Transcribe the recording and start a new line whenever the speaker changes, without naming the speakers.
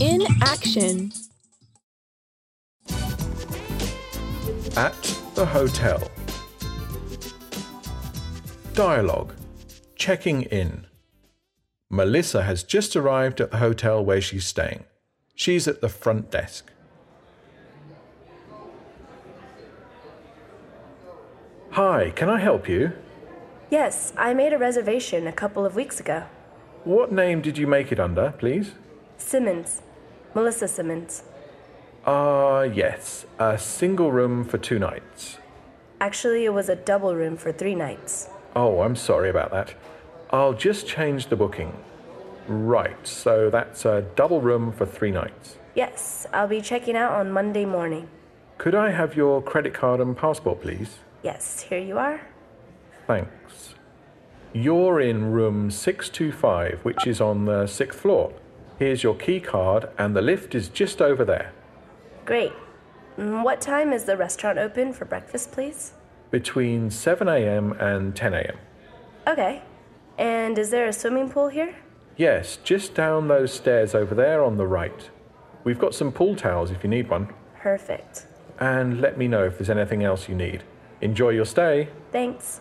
in action.
At the hotel. Dialogue. Checking in. Melissa has just arrived at the hotel where she's staying. She's at the front desk. Hi, can I help you?
Yes, I made a reservation a couple of weeks ago.
What name did you make it under, please?
Simmons. Melissa Simmons.
Ah, yes, a single room for two nights.
Actually, it was a double room for three nights.
Oh, I'm sorry about that. I'll just change the booking. Right, so that's a double room for three nights.
Yes, I'll be checking out on Monday morning.
Could I have your credit card and passport, please?
Yes, here you are.
Thanks. You're in room 625, which is on the sixth floor. Here's your key card, and the lift is just over there.
Great. Mm, What time is the restaurant open for breakfast, please?
between 7 a.m. and 10 a.m.
Okay. And is there a swimming pool here?
Yes, just down those stairs over there on the right. We've got some pool towels if you need one.
Perfect.
And let me know if there's anything else you need. Enjoy your stay.
Thanks.